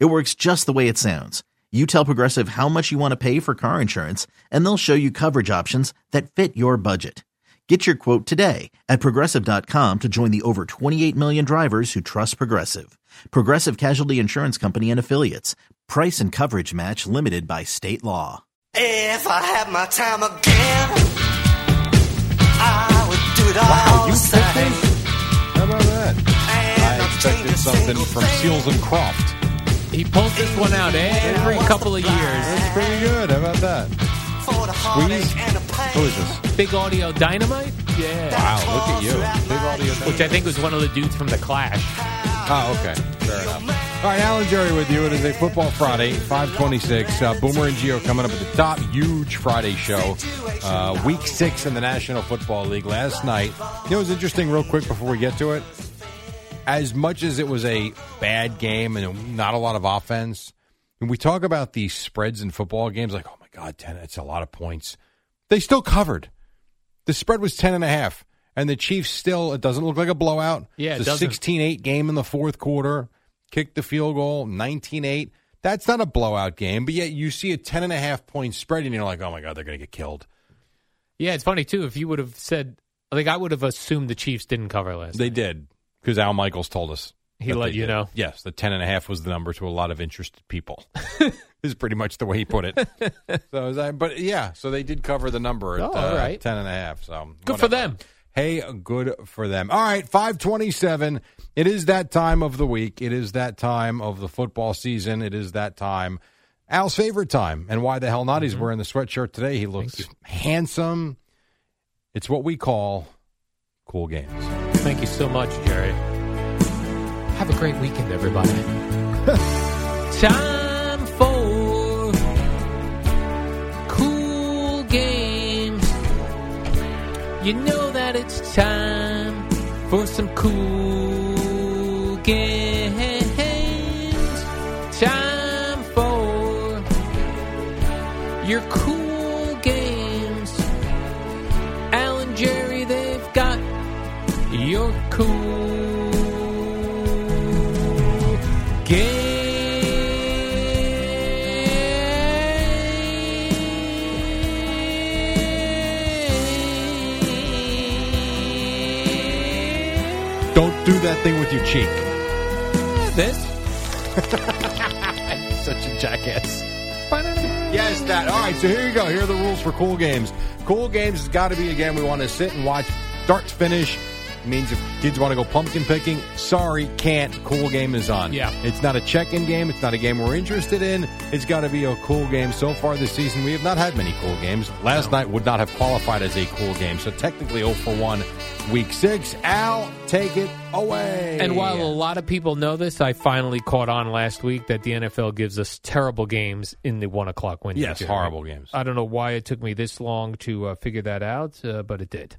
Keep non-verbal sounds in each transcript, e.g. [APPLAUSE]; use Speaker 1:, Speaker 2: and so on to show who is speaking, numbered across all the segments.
Speaker 1: It works just the way it sounds. You tell Progressive how much you want to pay for car insurance, and they'll show you coverage options that fit your budget. Get your quote today at progressive.com to join the over 28 million drivers who trust Progressive. Progressive Casualty Insurance Company and Affiliates. Price and coverage match limited by state law.
Speaker 2: If I had my time again, I would do it all.
Speaker 3: Wow, you picked
Speaker 2: the same.
Speaker 3: this? How about that?
Speaker 2: And
Speaker 3: I
Speaker 2: I'd change
Speaker 3: expected
Speaker 2: a
Speaker 3: something
Speaker 2: single
Speaker 3: from
Speaker 2: thing.
Speaker 3: Seals and Croft.
Speaker 4: He pulled this one out every couple of years.
Speaker 3: That's pretty good. How about that?
Speaker 2: For the heartache
Speaker 3: Squeeze?
Speaker 2: and the pain.
Speaker 3: Who is this?
Speaker 4: Big Audio Dynamite? Yeah.
Speaker 3: Wow, look at you. Big audio. [LAUGHS]
Speaker 4: Which I think was one of the dudes from The Clash.
Speaker 3: Oh, okay. Fair enough. All right, Alan Jerry with you. It is a Football Friday, 526. Uh, Boomer and Geo coming up at the top. Huge Friday show. Uh, week six in the National Football League last night. You know, it was interesting, real quick, before we get to it. As much as it was a bad game and not a lot of offense, when we talk about the spreads in football games, like, oh my God, 10, it's a lot of points. They still covered. The spread was 10 and a half, and the Chiefs still, it doesn't look like a blowout.
Speaker 4: Yeah, it
Speaker 3: it's a
Speaker 4: doesn't.
Speaker 3: 16 8 game in the fourth quarter, kicked the field goal, 19 8. That's not a blowout game, but yet you see a 10 and a half point spread, and you're like, oh my God, they're going to get killed.
Speaker 4: Yeah, it's funny too. If you would have said, like, I would have assumed the Chiefs didn't cover last.
Speaker 3: They did, because Al Michaels told us.
Speaker 4: He
Speaker 3: that
Speaker 4: let
Speaker 3: they
Speaker 4: you
Speaker 3: did.
Speaker 4: know.
Speaker 3: Yes, the 10 and a half was the number to a lot of interested
Speaker 4: [LAUGHS]
Speaker 3: people. is pretty much the way he put it. so, is that, but yeah, so they did cover the number at
Speaker 4: Oh,
Speaker 3: uh,
Speaker 4: all right.
Speaker 3: 10 and a half. So
Speaker 4: Good for
Speaker 3: whatever.
Speaker 4: them.
Speaker 3: Hey, good for them. All right, 527. It is that time of the week. It is that time of the football season. It is that time. Al's favorite time. And why the hell not?
Speaker 4: Mm-hmm.
Speaker 3: He's wearing the sweatshirt today. He looks handsome. It's what we call cool games.
Speaker 4: Thank you so much, Jerry. Have a great weekend, everybody. Time for cool games. You know that it's time for some cool games. Time for your cool games. Alan Jerry, they've got you're cool. Gay.
Speaker 3: Don't do that thing with your cheek.
Speaker 4: [LAUGHS] This? [LAUGHS] Such a jackass.
Speaker 3: Yes, that. All right, so here you go. Here are the rules for cool games. Cool games has got to be a game we want to sit and watch start to finish. Means if kids want to go pumpkin picking, sorry, can't. Cool game is on.
Speaker 4: Yeah.
Speaker 3: It's not a check in game. It's not a game we're interested in. It's got to be a cool game. So far this season, we have not had many cool games. Last night would not have qualified as a cool game. So technically 0 for 1, week 6. Al, take it away.
Speaker 4: And while a lot of people know this, I finally caught on last week that the NFL gives us terrible games in the one o'clock window.
Speaker 3: Yes,
Speaker 4: Jerry.
Speaker 3: horrible games.
Speaker 4: I don't know why it took me this long to uh, figure that out, uh, but it did.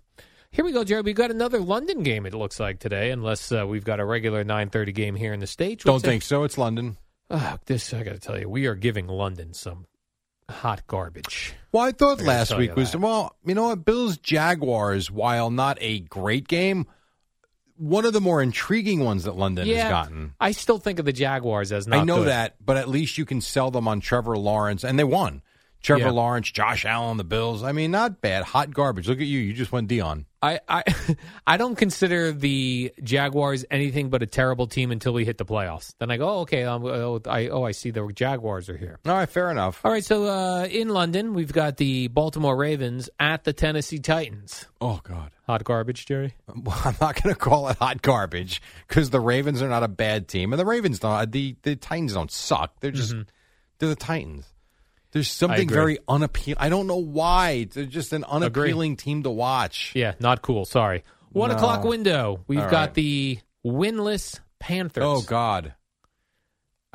Speaker 4: Here we go, Jerry. We got another London game. It looks like today, unless uh, we've got a regular nine thirty game here in the states.
Speaker 3: Don't
Speaker 4: which-
Speaker 3: think so. It's London.
Speaker 4: Ah, this. I got to tell you, we are giving London some hot garbage.
Speaker 3: Well, I thought
Speaker 4: gonna
Speaker 3: last
Speaker 4: tell
Speaker 3: week
Speaker 4: you
Speaker 3: was
Speaker 4: that.
Speaker 3: well, you know what? Bills Jaguars, while not a great game, one of the more intriguing ones that London has gotten.
Speaker 4: I still think of the Jaguars as not.
Speaker 3: I know
Speaker 4: good.
Speaker 3: that, but at least you can sell them on Trevor Lawrence, and they won. Trevor
Speaker 4: Yeah.
Speaker 3: Lawrence, Josh Allen, the Bills. I mean, not bad. Hot garbage. Look at you. You just went Dion.
Speaker 4: I, I [LAUGHS] I don't consider the Jaguars anything but a terrible team until we hit the playoffs. Then I go, oh, okay, um, oh, I oh I see the Jaguars are here.
Speaker 3: All right, fair enough.
Speaker 4: All right, so uh, in London we've got the Baltimore Ravens at the Tennessee Titans.
Speaker 3: Oh God.
Speaker 4: Hot garbage, Jerry.
Speaker 3: [LAUGHS] Well, I'm not going to call it hot garbage because the Ravens are not a bad team, and the Ravens don't. uh, The the Titans don't suck. They're just they're the Titans. There's something
Speaker 4: agree.
Speaker 3: very unappealing. I don't know why. They're just an unappealing team to watch.
Speaker 4: Yeah, not cool. Sorry. One
Speaker 3: No.
Speaker 4: o'clock window. We've
Speaker 3: All
Speaker 4: got
Speaker 3: right.
Speaker 4: the winless Panthers.
Speaker 3: Oh God. Oh,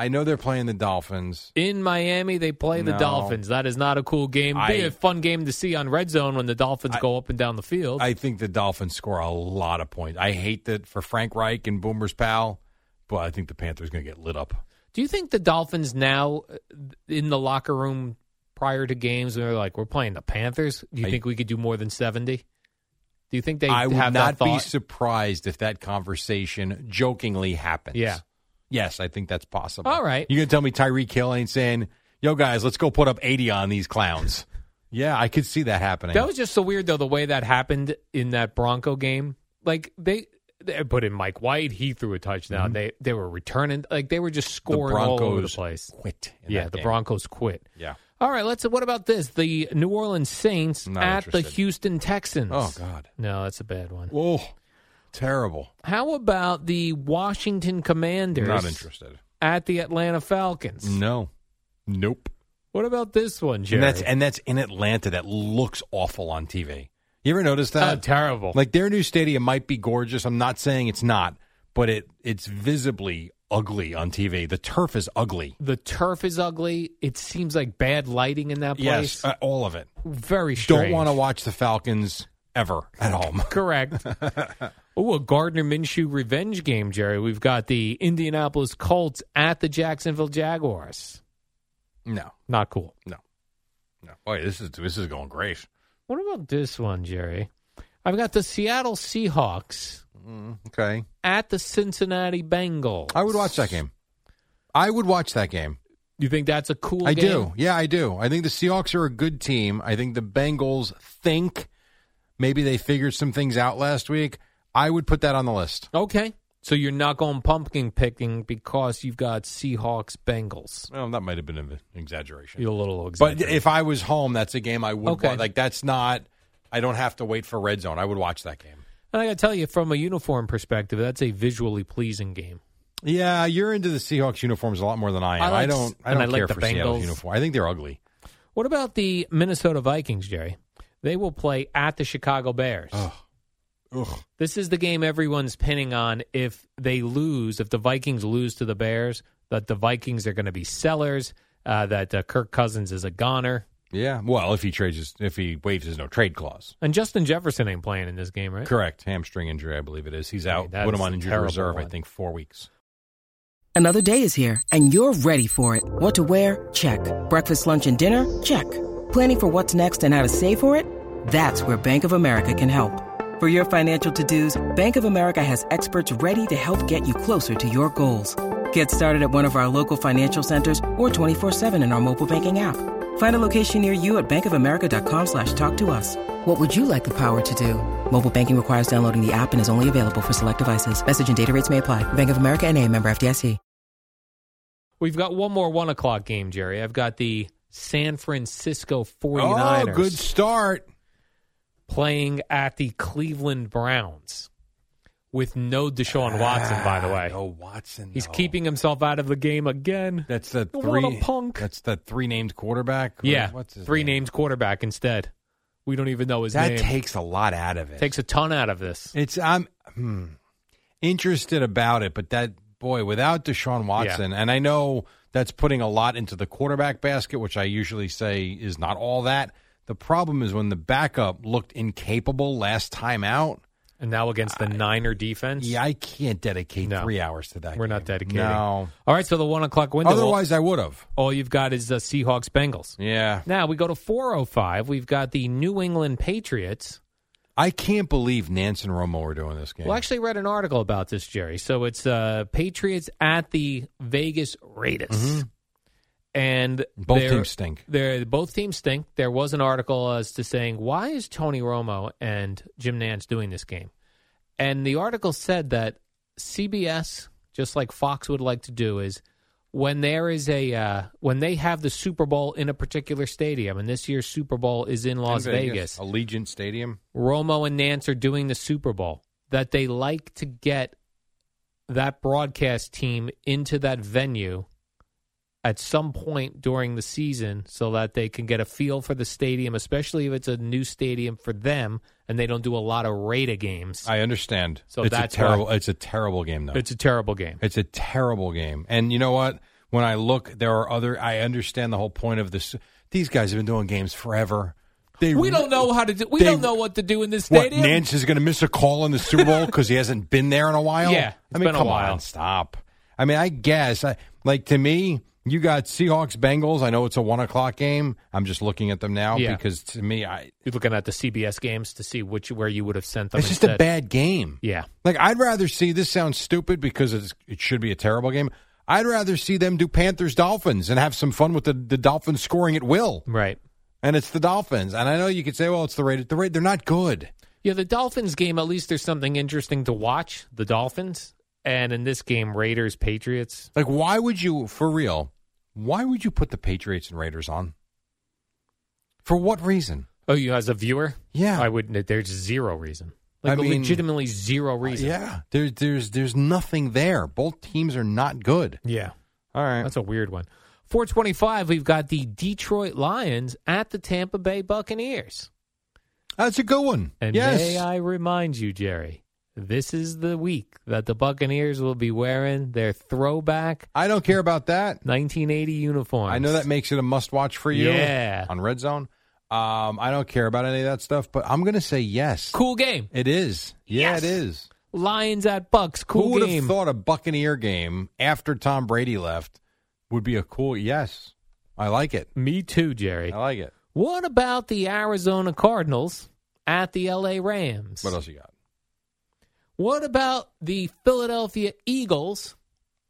Speaker 3: I know they're playing the Dolphins.
Speaker 4: In Miami, they play the
Speaker 3: No.
Speaker 4: Dolphins. That is not a cool game.
Speaker 3: I-
Speaker 4: Be a fun game to see on Red Zone when the Dolphins
Speaker 3: I-
Speaker 4: go up and down the field.
Speaker 3: I think the Dolphins score a lot of points. I hate that for Frank Reich and Boomer's pal, but I think the Panthers going to get lit up.
Speaker 4: Do you think the Dolphins now uh, in the locker room prior to games when they're like, we're playing the Panthers? Do you
Speaker 3: I-
Speaker 4: think we could do more than 70? Do you think they
Speaker 3: I would
Speaker 4: have that
Speaker 3: not be
Speaker 4: thought?
Speaker 3: surprised if that conversation jokingly happens.
Speaker 4: Yeah.
Speaker 3: Yes, I think that's possible.
Speaker 4: All right.
Speaker 3: You're going to tell me Tyreek Hill ain't saying, yo, guys, let's go put up 80 on these clowns. yeah, I could see that happening.
Speaker 4: That was just so weird, though, the way that happened in that Bronco game. Like, they. They put in Mike White. He threw a touchdown. They they were returning like they were just
Speaker 3: Mm-hmm. the
Speaker 4: scoring
Speaker 3: Broncos
Speaker 4: all over the place.
Speaker 3: quit. in
Speaker 4: Yeah,
Speaker 3: that
Speaker 4: the
Speaker 3: game. Oh,
Speaker 4: Broncos quit.
Speaker 3: Yeah.
Speaker 4: All right, let's. What about this? The New Orleans Saints
Speaker 3: Not
Speaker 4: at the
Speaker 3: interested.
Speaker 4: Houston Texans.
Speaker 3: Oh, God.
Speaker 4: no, that's a bad one.
Speaker 3: Whoa. Terrible.
Speaker 4: How about the Washington Commanders
Speaker 3: Not interested.
Speaker 4: at the Atlanta Falcons?
Speaker 3: No. Nope.
Speaker 4: What about this one, Jerry?
Speaker 3: And that's and that's in Atlanta. That looks awful on TV. You ever notice
Speaker 4: Oh,
Speaker 3: that?
Speaker 4: terrible.
Speaker 3: uh, Like their new stadium might be gorgeous. I'm not saying it's not, but it it's visibly ugly on TV. The turf is ugly.
Speaker 4: the turf is ugly. It seems like bad lighting in that
Speaker 3: Yes,
Speaker 4: place.
Speaker 3: uh, all of it.
Speaker 4: Very strange.
Speaker 3: Don't want to watch the Falcons ever at home. [LAUGHS]
Speaker 4: Correct. oh, a Gardner Minshew revenge game, Jerry. We've got the Indianapolis Colts at the Jacksonville Jaguars.
Speaker 3: no,
Speaker 4: Not cool.
Speaker 3: no. Boy, this is this is going great.
Speaker 4: What about this one, Jerry? I've got the Seattle Seahawks
Speaker 3: Okay,
Speaker 4: at the Cincinnati Bengals.
Speaker 3: I would watch that game. I would watch that game.
Speaker 4: You think that's a cool
Speaker 3: I
Speaker 4: game?
Speaker 3: do. Yeah, I do. I think the Seahawks are a good team. I think the Bengals think maybe they figured some things out last week. I would put that on the list.
Speaker 4: Okay. So you're not going pumpkin picking because you've got Seahawks Bengals.
Speaker 3: Well, that might have been an exaggeration.
Speaker 4: You're a little
Speaker 3: But
Speaker 4: exaggerated.
Speaker 3: if I was home, that's a game I would
Speaker 4: Okay.
Speaker 3: wa- Like that's not. I don't have to wait for red zone. I would watch that game.
Speaker 4: and I got to tell you, from a uniform perspective, that's a visually pleasing game.
Speaker 3: Yeah, you're into the Seahawks uniforms a lot more than I am.
Speaker 4: I
Speaker 3: I,
Speaker 4: like-
Speaker 3: don't. I
Speaker 4: and
Speaker 3: don't
Speaker 4: I like
Speaker 3: care
Speaker 4: the
Speaker 3: for Seattle's
Speaker 4: Bengals.
Speaker 3: uniform. I think they're ugly.
Speaker 4: What about the Minnesota Vikings, Jerry? They will play at the Chicago Bears.
Speaker 3: Ugh.
Speaker 4: This is the game everyone's pinning on. If they lose, if the Vikings lose to the Bears, that the Vikings are going to be sellers. Uh, that uh, Kirk Cousins is a goner,
Speaker 3: Yeah. Well, if he trades, his, if he waives his no trade clause.
Speaker 4: and Justin Jefferson ain't playing in this game, right?
Speaker 3: Correct. Hamstring injury, I believe it is. He's out.
Speaker 4: that's
Speaker 3: Put him on
Speaker 4: a
Speaker 3: injured
Speaker 4: terrible
Speaker 3: reserve. I
Speaker 4: one.
Speaker 3: think four weeks.
Speaker 5: Another day is here, and you're ready for it. What to wear? Check. Breakfast, lunch, and dinner? Check. Planning for what's next and how to save for it? That's where Bank of America can help. For your financial to-dos, Bank of America has experts ready to help get you closer to your goals. Get started at one of our local financial centers or 24-7 in our mobile banking app. Find a location near you at bankofamerica.com slash talk to us. What would you like the power to do? Mobile banking requires downloading the app and is only available for select devices. Message and data rates may apply. Bank of America and a member FDIC.
Speaker 4: We've got one more one o'clock game, Jerry. I've got the San Francisco 49ers
Speaker 3: Oh, good start.
Speaker 4: playing at the Cleveland Browns with no Deshaun Watson, by the
Speaker 3: Ah, [SIGHS]
Speaker 4: way.
Speaker 3: no Watson.
Speaker 4: He's
Speaker 3: no.
Speaker 4: keeping himself out of the game again.
Speaker 3: That's the
Speaker 4: What a
Speaker 3: three.
Speaker 4: punk.
Speaker 3: That's the three named quarterback.
Speaker 4: yeah,
Speaker 3: What's his
Speaker 4: three
Speaker 3: name?
Speaker 4: names quarterback instead. We don't even know his
Speaker 3: That
Speaker 4: name.
Speaker 3: takes a lot out of it.
Speaker 4: Takes a ton out of this.
Speaker 3: It's I'm hmm, interested about it, but that boy without Deshaun Watson, and I know that's putting a lot into the quarterback basket, which I usually say is not all that. The problem is when the backup looked incapable last time out.
Speaker 4: And now against the Niner defense,
Speaker 3: Yeah, I can't dedicate
Speaker 4: No.
Speaker 3: three hours to that.
Speaker 4: we're not
Speaker 3: game.
Speaker 4: dedicating.
Speaker 3: No,
Speaker 4: All right, so the one o'clock window.
Speaker 3: otherwise I would have.
Speaker 4: all, all you've got is uh, Seahawks Bengals.
Speaker 3: Yeah,
Speaker 4: Now we go to four oh five. We've got the New England Patriots.
Speaker 3: I can't believe Nance and Romo are doing this game.
Speaker 4: Well, I actually read an article about this, Jerry. So it's uh, Patriots at the Vegas Raiders, and
Speaker 3: Mm-hmm. Both
Speaker 4: there-
Speaker 3: teams stink.
Speaker 4: There, both teams stink. There was an article as to saying why is Tony Romo and Jim Nance doing this game, and the article said that CBS, just like Fox would like to do, is when there is a uh, when they have the Super Bowl in a particular stadium, and this year's Super Bowl is in Las
Speaker 3: In
Speaker 4: Vegas.
Speaker 3: Allegiant Stadium.
Speaker 4: Romo and Nance are doing the Super Bowl, that they like to get that broadcast team into that venue at some point during the season so that they can get a feel for the stadium, especially if it's a new stadium for them and they don't do a lot of Raider games.
Speaker 3: I understand.
Speaker 4: So
Speaker 3: it's
Speaker 4: that's
Speaker 3: a terrible.
Speaker 4: why-
Speaker 3: It's a terrible game though.
Speaker 4: it's a terrible game.
Speaker 3: It's a terrible game. And you know what? when I look, there are other. I understand the whole point of this. These guys have been doing games forever. They
Speaker 4: We don't know how to do. We
Speaker 3: they-
Speaker 4: don't know what to do in this
Speaker 3: What
Speaker 4: stadium.
Speaker 3: Nance is going to miss a call in the Super Bowl because he hasn't been there in a while?
Speaker 4: Yeah,
Speaker 3: I
Speaker 4: it's
Speaker 3: mean,
Speaker 4: been a
Speaker 3: come
Speaker 4: while.
Speaker 3: on, stop. I mean, I guess I like to me, you got Seahawks Bengals. I know it's a one o'clock game. I'm just looking at them now
Speaker 4: Yeah.
Speaker 3: because to me, I
Speaker 4: You're looking at the CBS games to see which where you would have sent them.
Speaker 3: it's just a
Speaker 4: instead.
Speaker 3: bad game.
Speaker 4: Yeah,
Speaker 3: Like I'd rather see this sounds stupid because it's, it should be a terrible game. I'd rather see them do Panthers Dolphins and have some fun with the, the Dolphins scoring at will.
Speaker 4: right.
Speaker 3: And it's the Dolphins. And I know you could say, well, it's the rated the rate. They're not good.
Speaker 4: Yeah, the Dolphins game. At least there's something interesting to watch. The Dolphins, and in this game, Raiders Patriots.
Speaker 3: Like, why would you, for real, why would you put the Patriots and Raiders on? For what reason?
Speaker 4: Oh, you as a viewer,
Speaker 3: Yeah.
Speaker 4: I wouldn't. There's zero reason.
Speaker 3: I
Speaker 4: Like
Speaker 3: mean- uh,
Speaker 4: legitimately zero reason.
Speaker 3: Yeah. There, there's, there's nothing there. Both teams are not good.
Speaker 4: yeah.
Speaker 3: All right.
Speaker 4: That's a weird one. 425, we've got the Detroit Lions at the Tampa Bay Buccaneers.
Speaker 3: That's a good one.
Speaker 4: And
Speaker 3: yes.
Speaker 4: may I remind you, Jerry, this is the week that the Buccaneers will be wearing their throwback
Speaker 3: I don't care about that.
Speaker 4: 1980 uniforms.
Speaker 3: I know that makes it a must watch for you
Speaker 4: Yeah.
Speaker 3: on Red Zone. Um, I don't care about any of that stuff, but I'm going to say yes.
Speaker 4: Cool game.
Speaker 3: It is. Yeah,
Speaker 4: Yes.
Speaker 3: it is.
Speaker 4: Lions at Bucks.
Speaker 3: Who
Speaker 4: Cool
Speaker 3: would
Speaker 4: game.
Speaker 3: have thought a Buccaneer game after Tom Brady left would be a cool yes? I like it.
Speaker 4: Me too, Jerry.
Speaker 3: I like it.
Speaker 4: What about the Arizona Cardinals at the LA Rams?
Speaker 3: What else you got?
Speaker 4: What about the Philadelphia Eagles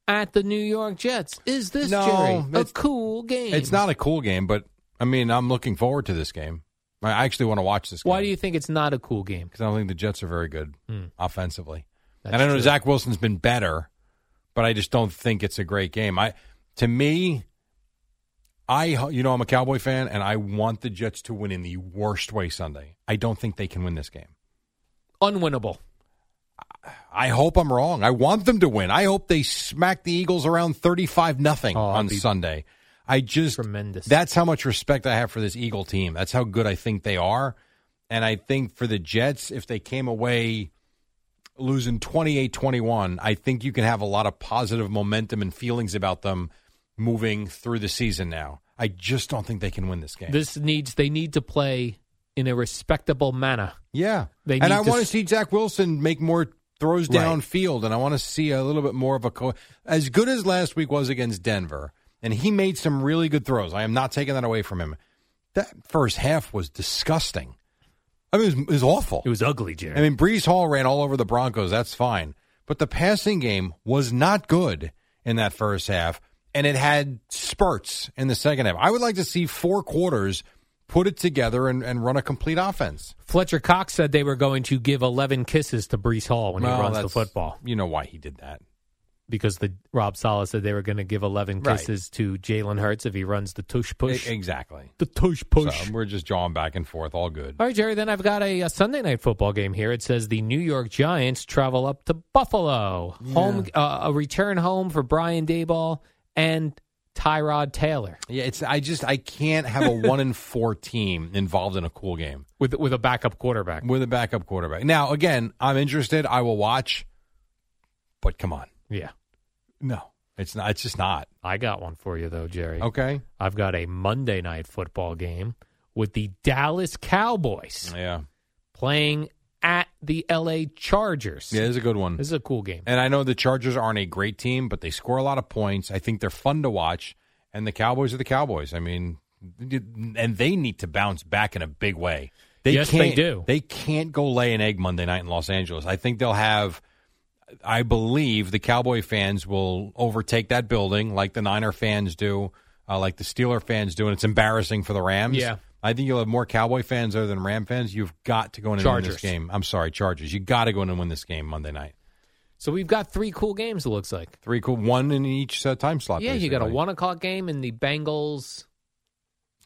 Speaker 4: at the New York Jets? Is this
Speaker 3: No,
Speaker 4: Jerry a
Speaker 3: it's-
Speaker 4: cool game?
Speaker 3: It's not a cool game, but I mean, I'm looking forward to this game. I actually want to watch this game.
Speaker 4: Why do you think it's not a cool game?
Speaker 3: Because I don't think the Jets are very good
Speaker 4: Hmm.
Speaker 3: offensively.
Speaker 4: That's
Speaker 3: and I know
Speaker 4: true.
Speaker 3: Zach Wilson's been better, but I just don't think it's a great game. I to me, I you know I'm a Cowboy fan, and I want the Jets to win in the worst way Sunday. I don't think they can win this game.
Speaker 4: Unwinnable.
Speaker 3: I hope I'm wrong. I want them to win. I hope they smack the Eagles around 35 nothing
Speaker 4: Oh,
Speaker 3: on
Speaker 4: that'd be
Speaker 3: Sunday. I just
Speaker 4: Tremendous.
Speaker 3: That's how much respect I have for this Eagle team. That's how good I think they are. And I think for the Jets, if they came away losing 28 21, I think you can have a lot of positive momentum and feelings about them moving through the season now. I just don't think they can win this game.
Speaker 4: This needs they need to play in a respectable manner.
Speaker 3: yeah.
Speaker 4: They
Speaker 3: and
Speaker 4: need
Speaker 3: I
Speaker 4: to
Speaker 3: want to
Speaker 4: s-
Speaker 3: see Zach Wilson make more throws
Speaker 4: Right.
Speaker 3: downfield, and I want to see a little bit more of a. Co- as good as last week was against Denver, and he made some really good throws. I am not taking that away from him. That first half was disgusting. I mean, it was, it was awful.
Speaker 4: It was ugly, Jerry.
Speaker 3: I mean, Brees Hall ran all over the Broncos. That's fine. But the passing game was not good in that first half, and it had spurts in the second half. I would like to see four quarters put it together and, and run a complete offense.
Speaker 4: Fletcher Cox said they were going to give eleven kisses to Brees Hall when
Speaker 3: Well,
Speaker 4: he runs the
Speaker 3: that's-
Speaker 4: football
Speaker 3: You know why he did that.
Speaker 4: because the Rob Sala said they were going to give eleven
Speaker 3: Right.
Speaker 4: kisses to Jalen Hurts if he runs the tush push.
Speaker 3: E- exactly.
Speaker 4: the tush push.
Speaker 3: So we're just jawing back and forth, all good.
Speaker 4: All right, Jerry. Then I've got a, uh Sunday night football game here. It says the New York Giants travel up to Buffalo, home uh, a return home for Brian Dayball and Tyrod Taylor
Speaker 3: Yeah, it's I just I can't have a one in four team involved in a cool game
Speaker 4: with with a backup quarterback.
Speaker 3: with a backup quarterback. Now, again, I'm interested. I will watch, but come on,
Speaker 4: Yeah,
Speaker 3: no, it's not. It's just not
Speaker 4: I got one for you though, Jerry.
Speaker 3: okay.
Speaker 4: I've got a Monday night football game with the Dallas Cowboys
Speaker 3: Yeah,
Speaker 4: playing at the L.A. Chargers.
Speaker 3: yeah, it's a good one.
Speaker 4: This is a cool game.
Speaker 3: And I know the Chargers aren't a great team, but they score a lot of points. I think they're fun to watch. And the Cowboys are the Cowboys. I mean, and they need to bounce back in a big way. They
Speaker 4: Yes, they
Speaker 3: can't,
Speaker 4: do.
Speaker 3: They can't go lay an egg Monday night in Los Angeles. I think they'll have. I believe the Cowboy fans will overtake that building like the Niner fans do, uh, like the Steeler fans do, and it's embarrassing for the Rams.
Speaker 4: Yeah.
Speaker 3: I think you'll have more Cowboy fans there than Ram fans. You've got to go in and win
Speaker 4: Chargers.
Speaker 3: this game. I'm sorry, Chargers. You got to go in and win this game Monday night.
Speaker 4: So we've got three cool games. It looks like.
Speaker 3: Three cool, one in each uh, time slot.
Speaker 4: Yeah, you got a
Speaker 3: basically.
Speaker 4: one o'clock game in the Bengals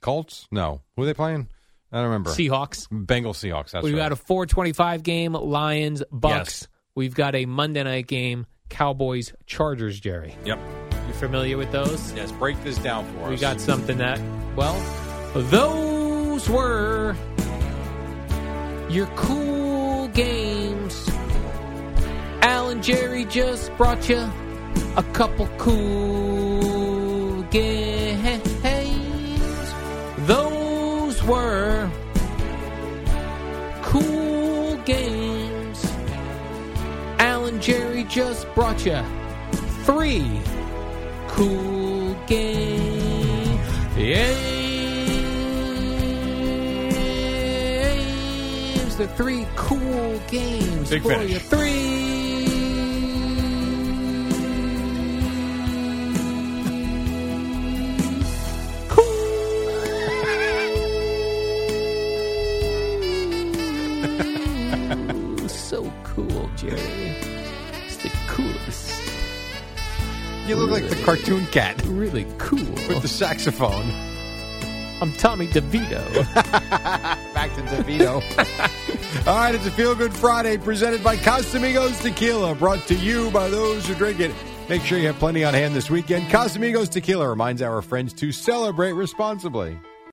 Speaker 3: Colts? No, who are they playing? I don't remember.
Speaker 4: Seahawks.
Speaker 3: Bengals Seahawks. That's
Speaker 4: We've
Speaker 3: right.
Speaker 4: got a 425 game, Lions, Bucks.
Speaker 3: Yes.
Speaker 4: We've got a Monday night game, Cowboys, Chargers, Jerry.
Speaker 3: yep.
Speaker 4: You familiar with those?
Speaker 3: Yes, break this down for us.
Speaker 4: We got something that, well, those were your cool games. Alan Jerry just brought you a couple cool games. Those were cool games. Alan Jerry just brought you three cool games. The three cool games
Speaker 3: Big
Speaker 4: for
Speaker 3: finish.
Speaker 4: you. Three [LAUGHS] cool. so cool, Jerry. It's the coolest.
Speaker 3: You look like the cartoon cat [LAUGHS]
Speaker 4: Really cool.
Speaker 3: with the saxophone.
Speaker 4: I'm Tommy DeVito.
Speaker 3: Back to
Speaker 4: [LAUGHS]
Speaker 3: DeVito. All right, it's a Feel Good Friday presented by Casamigos Tequila, brought to you by those who drink it. Make sure you have plenty on hand this weekend. Casamigos Tequila reminds our friends to celebrate responsibly.